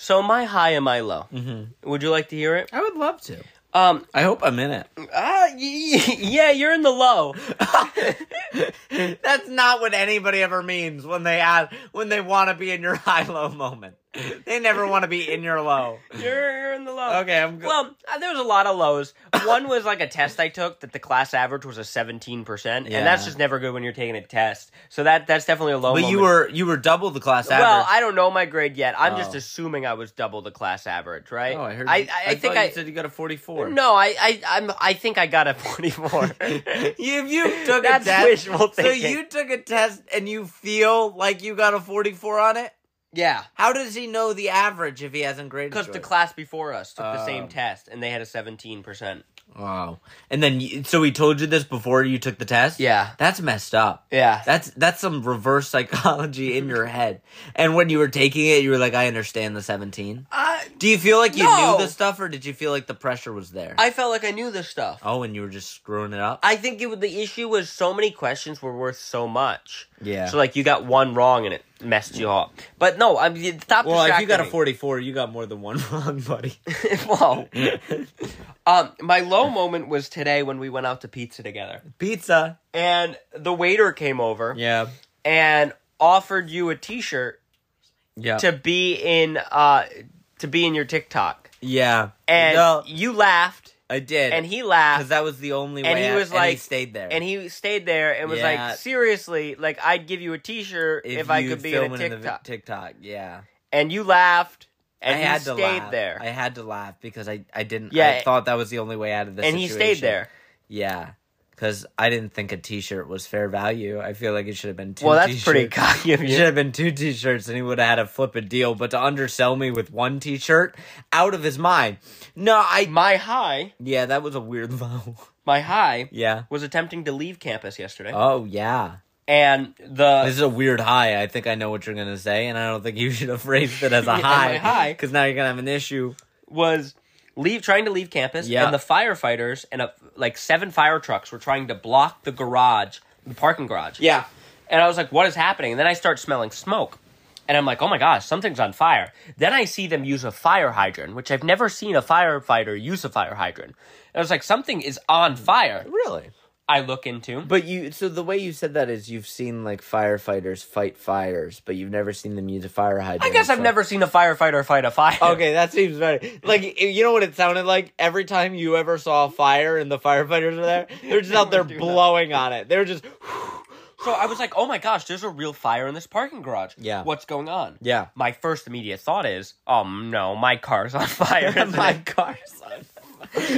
[SPEAKER 1] so my high and my low. Would you like to hear it?
[SPEAKER 2] I would love to.
[SPEAKER 1] Um,
[SPEAKER 2] I hope I'm in it.
[SPEAKER 1] ah, y- y- yeah, you're in the low.
[SPEAKER 2] That's not what anybody ever means when they add when they want to be in your high low moment. They never want to be in your low.
[SPEAKER 1] You're, you're in the low.
[SPEAKER 2] Okay, I'm good.
[SPEAKER 1] Well, uh, there was a lot of lows. One was like a test I took that the class average was a 17%,
[SPEAKER 2] Yeah.
[SPEAKER 1] and that's just never good when you're taking a test. So that that's definitely a low
[SPEAKER 2] But you
[SPEAKER 1] moment.
[SPEAKER 2] were you were double the class average.
[SPEAKER 1] Well, I don't know my grade yet. I'm just
[SPEAKER 2] Oh.
[SPEAKER 1] assuming I was double the class average, right?
[SPEAKER 2] oh, I heard.
[SPEAKER 1] I,
[SPEAKER 2] you-
[SPEAKER 1] I, I think
[SPEAKER 2] thought
[SPEAKER 1] I
[SPEAKER 2] you said you got a 44.
[SPEAKER 1] No, I, I, I'm, I think I got a 44.
[SPEAKER 2] You, if you took
[SPEAKER 1] That's
[SPEAKER 2] a test,
[SPEAKER 1] wishful
[SPEAKER 2] so
[SPEAKER 1] thinking.
[SPEAKER 2] you took a test and you feel like you got a 44 on it.
[SPEAKER 1] yeah.
[SPEAKER 2] How does he know the average if he hasn't graded?
[SPEAKER 1] Because the
[SPEAKER 2] you?
[SPEAKER 1] class before us took the same
[SPEAKER 2] Um,
[SPEAKER 1] test and they had a 17%.
[SPEAKER 2] Wow. And then you, so he told you this before you took the test?
[SPEAKER 1] Yeah.
[SPEAKER 2] That's messed up.
[SPEAKER 1] Yeah.
[SPEAKER 2] That's that's some reverse psychology in your head. And when you were taking it, you were like, I understand the 17.
[SPEAKER 1] Uh,
[SPEAKER 2] Do you feel like you
[SPEAKER 1] No.
[SPEAKER 2] knew the stuff or did you feel like the pressure was there?
[SPEAKER 1] I felt like I knew this stuff.
[SPEAKER 2] oh, and you were just screwing it up?
[SPEAKER 1] I think it, was- the issue was so many questions were worth so much.
[SPEAKER 2] Yeah.
[SPEAKER 1] So, like, you got one wrong and it messed you up. But no, I mean, stop
[SPEAKER 2] well, if you got a
[SPEAKER 1] distracting
[SPEAKER 2] 44, you got more than one wrong, buddy.
[SPEAKER 1] me. Whoa. um, my low moment was today when we went out to pizza together.
[SPEAKER 2] Pizza.
[SPEAKER 1] And the waiter came over
[SPEAKER 2] Yeah.
[SPEAKER 1] and offered you a t shirt
[SPEAKER 2] Yeah.
[SPEAKER 1] to be in uh to be in your TikTok.
[SPEAKER 2] yeah.
[SPEAKER 1] And
[SPEAKER 2] no,
[SPEAKER 1] you laughed
[SPEAKER 2] I did.
[SPEAKER 1] and he
[SPEAKER 2] because
[SPEAKER 1] laughed
[SPEAKER 2] that was the only
[SPEAKER 1] and
[SPEAKER 2] way
[SPEAKER 1] he
[SPEAKER 2] out,
[SPEAKER 1] was
[SPEAKER 2] and
[SPEAKER 1] like
[SPEAKER 2] he stayed there.
[SPEAKER 1] And he stayed there and was
[SPEAKER 2] Yeah.
[SPEAKER 1] like, seriously, like I'd give you a t shirt if, I
[SPEAKER 2] you
[SPEAKER 1] could be
[SPEAKER 2] film
[SPEAKER 1] in a
[SPEAKER 2] it the vi-
[SPEAKER 1] TikTok.
[SPEAKER 2] TikTok, yeah.
[SPEAKER 1] and you laughed and
[SPEAKER 2] I
[SPEAKER 1] he
[SPEAKER 2] had to
[SPEAKER 1] stayed
[SPEAKER 2] laugh.
[SPEAKER 1] there.
[SPEAKER 2] I had to laugh because I, I didn't.
[SPEAKER 1] Yeah,
[SPEAKER 2] I thought that was the only way out of this.
[SPEAKER 1] and he stayed
[SPEAKER 2] situation.
[SPEAKER 1] there.
[SPEAKER 2] Yeah, because I didn't think a T-shirt was fair value. I feel like it should have been two.
[SPEAKER 1] Well that's pretty
[SPEAKER 2] t-shirts.
[SPEAKER 1] cocky of
[SPEAKER 2] It should
[SPEAKER 1] you.
[SPEAKER 2] have been two T-shirts, and he would have had a flip a deal. But to undersell me with one T-shirt, out of his mind. No, I.
[SPEAKER 1] My high
[SPEAKER 2] Yeah, that was a weird low.
[SPEAKER 1] my high
[SPEAKER 2] yeah.
[SPEAKER 1] was attempting to leave campus yesterday.
[SPEAKER 2] Oh yeah.
[SPEAKER 1] and
[SPEAKER 2] This
[SPEAKER 1] the
[SPEAKER 2] is a weird high. I think I know what you're gonna say, and I don't think you should have phrased it as a
[SPEAKER 1] my
[SPEAKER 2] high.
[SPEAKER 1] high.
[SPEAKER 2] because now you're gonna have an issue.
[SPEAKER 1] was leave trying to leave campus,
[SPEAKER 2] Yeah.
[SPEAKER 1] and the firefighters and a, like seven fire trucks were trying to block the garage, the parking garage.
[SPEAKER 2] Yeah.
[SPEAKER 1] And I was like, what is happening? And then I start smelling smoke. And I'm like, oh my gosh, something's on fire. Then I see them use a fire hydrant, which I've never seen a firefighter use a fire hydrant. And I was like, something is on fire.
[SPEAKER 2] Really.
[SPEAKER 1] I look into.
[SPEAKER 4] But you, so the way you said that is you've seen like firefighters fight fires, but you've never seen them use a fire hydrant.
[SPEAKER 1] I guess I've
[SPEAKER 4] So-
[SPEAKER 1] never seen a firefighter fight a fire.
[SPEAKER 2] Okay, that seems better. Like you know what it sounded like every time you ever saw a fire and the firefighters were there, they're just out there blowing on it. They're just
[SPEAKER 1] So I was like, oh my gosh, there's a real fire in this parking garage.
[SPEAKER 2] Yeah.
[SPEAKER 1] What's going on?
[SPEAKER 2] Yeah.
[SPEAKER 1] My first immediate thought is, oh no, my car's on fire. isn't
[SPEAKER 2] my
[SPEAKER 1] it?
[SPEAKER 2] cars.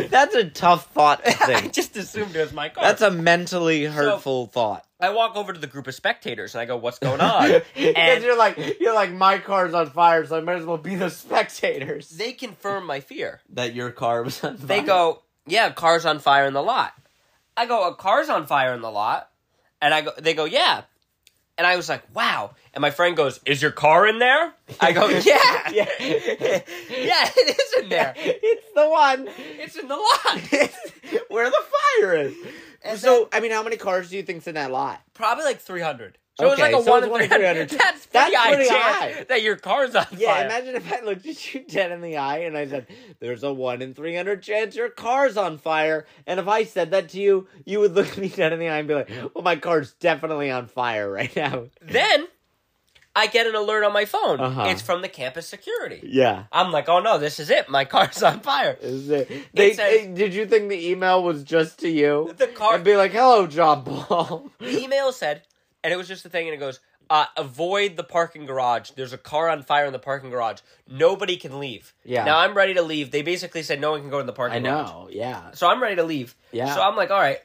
[SPEAKER 2] That's a tough thought to
[SPEAKER 1] I
[SPEAKER 2] think.
[SPEAKER 1] just assumed it was my car.
[SPEAKER 2] That's a mentally hurtful thought.
[SPEAKER 1] I walk over to the group of spectators and I go, what's going on? and
[SPEAKER 2] you're like you're like my car's on fire, so I might as well be the spectators.
[SPEAKER 1] they confirm my fear.
[SPEAKER 2] That your car was on fire.
[SPEAKER 1] They go, yeah, car's on fire in the lot. I go, a car's on fire in the lot? And I go, they go, yeah. And I was like, wow. And my friend goes, is your car in there? I
[SPEAKER 2] "Oh,
[SPEAKER 1] go, yeah. yeah. it is in there.
[SPEAKER 2] It's the one
[SPEAKER 1] It's in the lot.
[SPEAKER 2] where the fire is. so I mean, how many cars do you think's in that lot?
[SPEAKER 1] Probably like 300. So it was
[SPEAKER 2] Okay,
[SPEAKER 1] like a
[SPEAKER 2] so
[SPEAKER 1] 1
[SPEAKER 2] it's
[SPEAKER 1] in
[SPEAKER 2] one in
[SPEAKER 1] 300.
[SPEAKER 2] 300.
[SPEAKER 1] That's pretty,
[SPEAKER 2] That's
[SPEAKER 1] high
[SPEAKER 2] pretty
[SPEAKER 1] chance
[SPEAKER 2] high.
[SPEAKER 1] that your car's on
[SPEAKER 2] Yeah,
[SPEAKER 1] fire.
[SPEAKER 2] imagine if I looked at you dead in the eye and I said, "There's a one in three hundred chance your car's on fire," and if I said that to you, you would look at me dead in the eye and be like, "Well, my car's definitely on fire right now."
[SPEAKER 1] Then I get an alert on my phone.
[SPEAKER 2] Uh-huh.
[SPEAKER 1] It's from the campus security.
[SPEAKER 2] Yeah.
[SPEAKER 1] I'm like, oh no, this is it. My car's on fire.
[SPEAKER 2] Is it- They,
[SPEAKER 1] says-
[SPEAKER 2] they- did you think the email was just to you?
[SPEAKER 1] The car-
[SPEAKER 2] and be like, "Hello, John Paul."
[SPEAKER 1] The email said, and it was just a thing, and it goes, uh, avoid the parking garage. There's a car on fire in the parking garage. Nobody can leave.
[SPEAKER 2] Yeah.
[SPEAKER 1] Now I'm ready to leave. They basically said no one can go in the parking
[SPEAKER 2] I
[SPEAKER 1] garage.
[SPEAKER 2] know. Yeah.
[SPEAKER 1] So I'm ready to leave.
[SPEAKER 2] Yeah.
[SPEAKER 1] So I'm like, all right.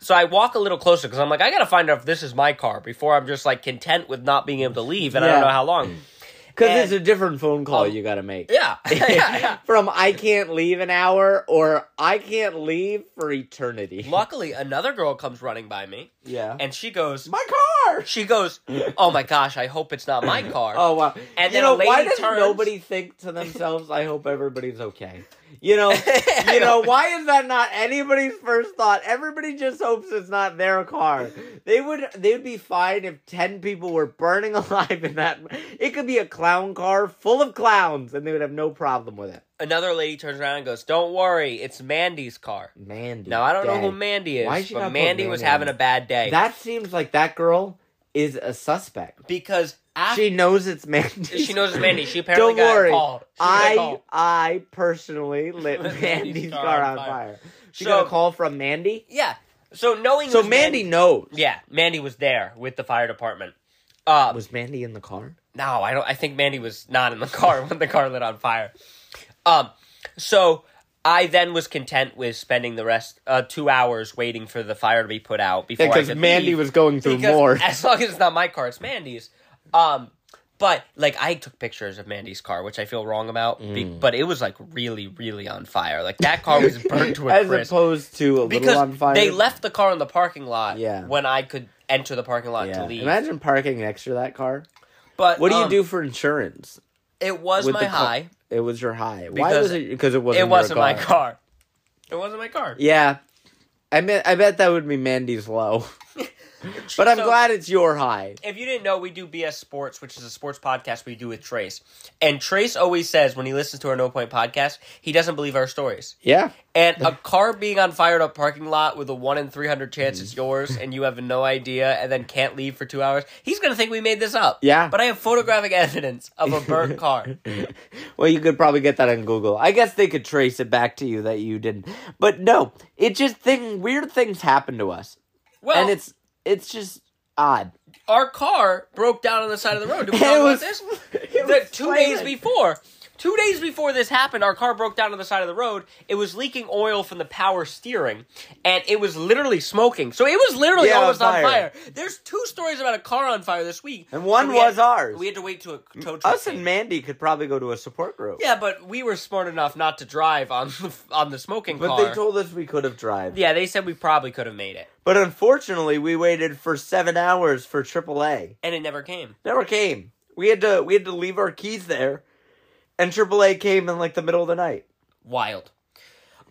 [SPEAKER 1] So I walk a little closer because I'm like, I gotta find out if this is my car before I'm just like content with not being able to leave, and I don't
[SPEAKER 2] Yeah.
[SPEAKER 1] know how long.
[SPEAKER 2] Because
[SPEAKER 1] And-
[SPEAKER 2] it's a different phone call
[SPEAKER 1] Um,
[SPEAKER 2] you got to make.
[SPEAKER 1] Yeah. yeah, yeah.
[SPEAKER 2] From I can't leave an hour or I can't leave for eternity.
[SPEAKER 1] Luckily, another girl comes running by me,
[SPEAKER 2] yeah.
[SPEAKER 1] and she goes,
[SPEAKER 2] my car.
[SPEAKER 1] she goes, oh my gosh, I hope it's not my car.
[SPEAKER 2] Oh wow!
[SPEAKER 1] And
[SPEAKER 2] you
[SPEAKER 1] then a
[SPEAKER 2] know why
[SPEAKER 1] lady
[SPEAKER 2] does
[SPEAKER 1] turns-
[SPEAKER 2] nobody think to themselves? I hope everybody's okay. You know, you know why is that not anybody's first thought? Everybody just hopes it's not their car. They would they would be fine if ten people were burning alive in that. It could be a clown car full of clowns, and they would have no problem with it.
[SPEAKER 1] Another lady turns around and goes, don't worry, it's Mandy's car.
[SPEAKER 2] Mandy.
[SPEAKER 1] Now I don't know
[SPEAKER 2] dang.
[SPEAKER 1] who Mandy is,
[SPEAKER 2] Why she
[SPEAKER 1] but
[SPEAKER 2] gotta put
[SPEAKER 1] Mandy was
[SPEAKER 2] Mandy on
[SPEAKER 1] having a
[SPEAKER 2] it?
[SPEAKER 1] bad day
[SPEAKER 2] That seems like that girl is a suspect.
[SPEAKER 1] because after
[SPEAKER 2] She knows it's Mandy.
[SPEAKER 1] Ah. she knows it's Mandy, she apparently
[SPEAKER 2] Don't
[SPEAKER 1] got
[SPEAKER 2] worry.
[SPEAKER 1] a call. She got a
[SPEAKER 2] I
[SPEAKER 1] call.
[SPEAKER 2] I personally lit
[SPEAKER 1] Mandy's
[SPEAKER 2] Mandy's
[SPEAKER 1] car
[SPEAKER 2] car
[SPEAKER 1] on
[SPEAKER 2] on
[SPEAKER 1] fire.
[SPEAKER 2] fire. She
[SPEAKER 1] So-
[SPEAKER 2] got a call from Mandy.
[SPEAKER 1] yeah. So knowing it
[SPEAKER 2] So
[SPEAKER 1] was
[SPEAKER 2] Mandy knows.
[SPEAKER 1] Yeah, Mandy was there with the fire department. Uh,
[SPEAKER 2] Was Mandy in the car?
[SPEAKER 1] no, I don't. I think Mandy was not in the car when the car lit on fire. Um, so I then was content with spending the rest uh, two hours waiting for the fire to be put out before I
[SPEAKER 2] Because
[SPEAKER 1] could
[SPEAKER 2] Mandy
[SPEAKER 1] leave.
[SPEAKER 2] was going through
[SPEAKER 1] Because
[SPEAKER 2] more.
[SPEAKER 1] As long as it's not my car, it's Mandy's. Um, but like I took pictures of Mandy's car, which I feel wrong about. be-
[SPEAKER 2] Mm.
[SPEAKER 1] but it was like really, really on fire. Like that car was burnt to a
[SPEAKER 2] As
[SPEAKER 1] crisp
[SPEAKER 2] opposed to a
[SPEAKER 1] because
[SPEAKER 2] little on fire.
[SPEAKER 1] they left the car in the parking lot.
[SPEAKER 2] Yeah.
[SPEAKER 1] when I could enter the parking lot
[SPEAKER 2] Yeah.
[SPEAKER 1] to leave.
[SPEAKER 2] Imagine parking next to that car.
[SPEAKER 1] But
[SPEAKER 2] What do
[SPEAKER 1] um,
[SPEAKER 2] you do for insurance?
[SPEAKER 1] It was
[SPEAKER 2] with
[SPEAKER 1] my
[SPEAKER 2] the car-
[SPEAKER 1] high.
[SPEAKER 2] It was your high. Why
[SPEAKER 1] Because-
[SPEAKER 2] was it? Because it wasn't.
[SPEAKER 1] It
[SPEAKER 2] your
[SPEAKER 1] wasn't my
[SPEAKER 2] car.
[SPEAKER 1] car. It wasn't my car.
[SPEAKER 2] Yeah, I bet. I bet that would be Mandy's low. but I'm
[SPEAKER 1] So-
[SPEAKER 2] glad it's your high.
[SPEAKER 1] If you didn't know, we do BS Sports, which is a sports podcast we do with Trace. And Trace always says when he listens to our No Point podcast, he doesn't believe our stories.
[SPEAKER 2] Yeah.
[SPEAKER 1] And a car being on fire in a parking lot with a 1 in 300 chance
[SPEAKER 2] Mm.
[SPEAKER 1] it's yours and you have no idea and then can't leave for two hours, he's going to think we made this up.
[SPEAKER 2] Yeah.
[SPEAKER 1] But I have photographic evidence of a burnt car.
[SPEAKER 2] Well, you could probably get that on Google. I guess they could trace it back to you that you didn't. But no, it just thing weird things happen to us,
[SPEAKER 1] Well,
[SPEAKER 2] and it's it's just odd.
[SPEAKER 1] our car broke down on the side of the road. Did we
[SPEAKER 2] It
[SPEAKER 1] talk about
[SPEAKER 2] was-
[SPEAKER 1] this?
[SPEAKER 2] it
[SPEAKER 1] The-
[SPEAKER 2] was
[SPEAKER 1] two days
[SPEAKER 2] flaming.
[SPEAKER 1] before, Two days before this happened, our car broke down on the side of the road. It was leaking oil from the power steering, and it was literally smoking. So it was literally
[SPEAKER 2] Yeah,
[SPEAKER 1] almost
[SPEAKER 2] on
[SPEAKER 1] on fire.
[SPEAKER 2] fire.
[SPEAKER 1] There's two stories about a car on fire this week,
[SPEAKER 2] And one
[SPEAKER 1] So we had-
[SPEAKER 2] was ours.
[SPEAKER 1] We had to wait to a tow truck.
[SPEAKER 2] Us
[SPEAKER 1] came.
[SPEAKER 2] and Mandy could probably go to a support group.
[SPEAKER 1] yeah, but we were smart enough not to drive on the, on the smoking
[SPEAKER 2] But
[SPEAKER 1] car.
[SPEAKER 2] they told us we could have drive.
[SPEAKER 1] yeah, they said we probably could have made it,
[SPEAKER 2] But unfortunately, we waited for seven hours for AAA.
[SPEAKER 1] and it never came.
[SPEAKER 2] Never came. We had to we had to leave our keys there, and AAA came in like the middle of the night.
[SPEAKER 1] Wild.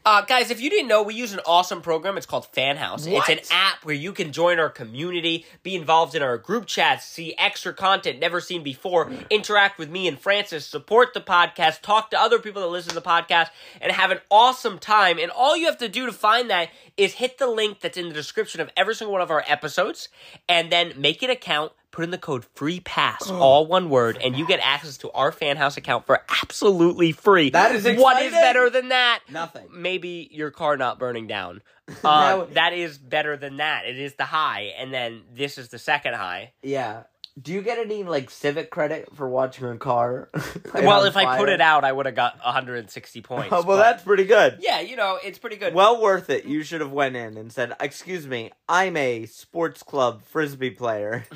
[SPEAKER 1] Uh, guys, if you didn't know, we use an awesome program. It's called Fan House. It's an app where you can join our community, be involved in our group chats, see extra content never seen before, interact with me and Francis, support the podcast, talk to other people that listen to the podcast, and have an awesome time. And all you have to do to find that is hit the link that's in the description of every single one of our episodes, and then make an account. Put in the code free pass,
[SPEAKER 2] Oh.
[SPEAKER 1] all one word, and you get access to our fan house account for absolutely free.
[SPEAKER 2] That is
[SPEAKER 1] What is
[SPEAKER 2] exciting.
[SPEAKER 1] better better than that.
[SPEAKER 2] Nothing.
[SPEAKER 1] Maybe your car not burning down. Um, that is better than that. It is the high, and then this is the second high.
[SPEAKER 2] Yeah. Do you get any like civic credit for watching a car? light
[SPEAKER 1] well,
[SPEAKER 2] on
[SPEAKER 1] if I put
[SPEAKER 2] fire?
[SPEAKER 1] it out, I would have got 160 points.
[SPEAKER 2] Oh, well,
[SPEAKER 1] but-
[SPEAKER 2] that's pretty good.
[SPEAKER 1] yeah, you know, it's pretty good.
[SPEAKER 2] Well worth it. You should have went in and said, "Excuse me, I'm a sports club frisbee player.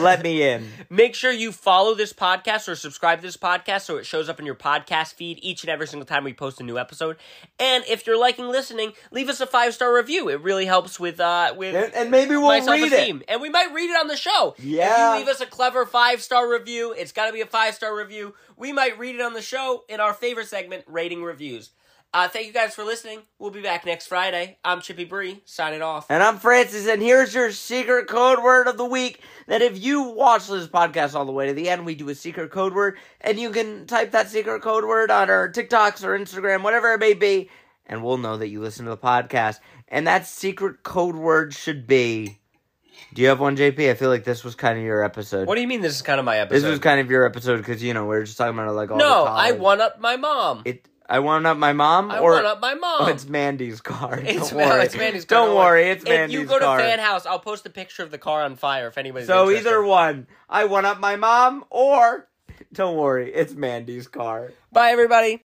[SPEAKER 2] Let me in."
[SPEAKER 1] Make sure you follow this podcast or subscribe to this podcast so it shows up in your podcast feed each and every single time we post a new episode. And if you're liking listening, leave us a five star review. It really helps with uh with
[SPEAKER 2] And- and maybe we'll
[SPEAKER 1] my
[SPEAKER 2] read it.
[SPEAKER 1] self-esteem. and we might read it on the show.
[SPEAKER 2] Yeah.
[SPEAKER 1] if you leave us a clever five star review. It's got to be a five star review. We might read it on the show in our favorite segment, rating reviews. Uh, thank you guys for listening. We'll be back next Friday. I'm Chippy Bree signing off.
[SPEAKER 2] And I'm Francis, and here's your secret code word of the week. That if you watch this podcast all the way to the end, we do a secret code word, and you can type that secret code word on our TikToks or Instagram, whatever it may be, and we'll know that you listen to the podcast. And that secret code word should be. Do you have one, JP? I feel like this was kind of your episode.
[SPEAKER 1] What do you mean this is kind of my episode?
[SPEAKER 2] this was kind of your episode because you know we were just talking about like all
[SPEAKER 1] no,
[SPEAKER 2] the
[SPEAKER 1] I
[SPEAKER 2] college-
[SPEAKER 1] one up my mom.
[SPEAKER 2] it. I wound up my mom,
[SPEAKER 1] I
[SPEAKER 2] or
[SPEAKER 1] one up my mom.
[SPEAKER 2] Oh, it's Mandy's car.
[SPEAKER 1] It's,
[SPEAKER 2] Don't worry.
[SPEAKER 1] it's Mandy's car,
[SPEAKER 2] Don't worry, it's
[SPEAKER 1] If
[SPEAKER 2] Mandy's
[SPEAKER 1] you go to
[SPEAKER 2] car.
[SPEAKER 1] Fan House, I'll post a picture of the car on fire if anybody's
[SPEAKER 2] So
[SPEAKER 1] interested.
[SPEAKER 2] either one, I one up my mom, or don't worry, it's Mandy's car.
[SPEAKER 1] Bye, everybody.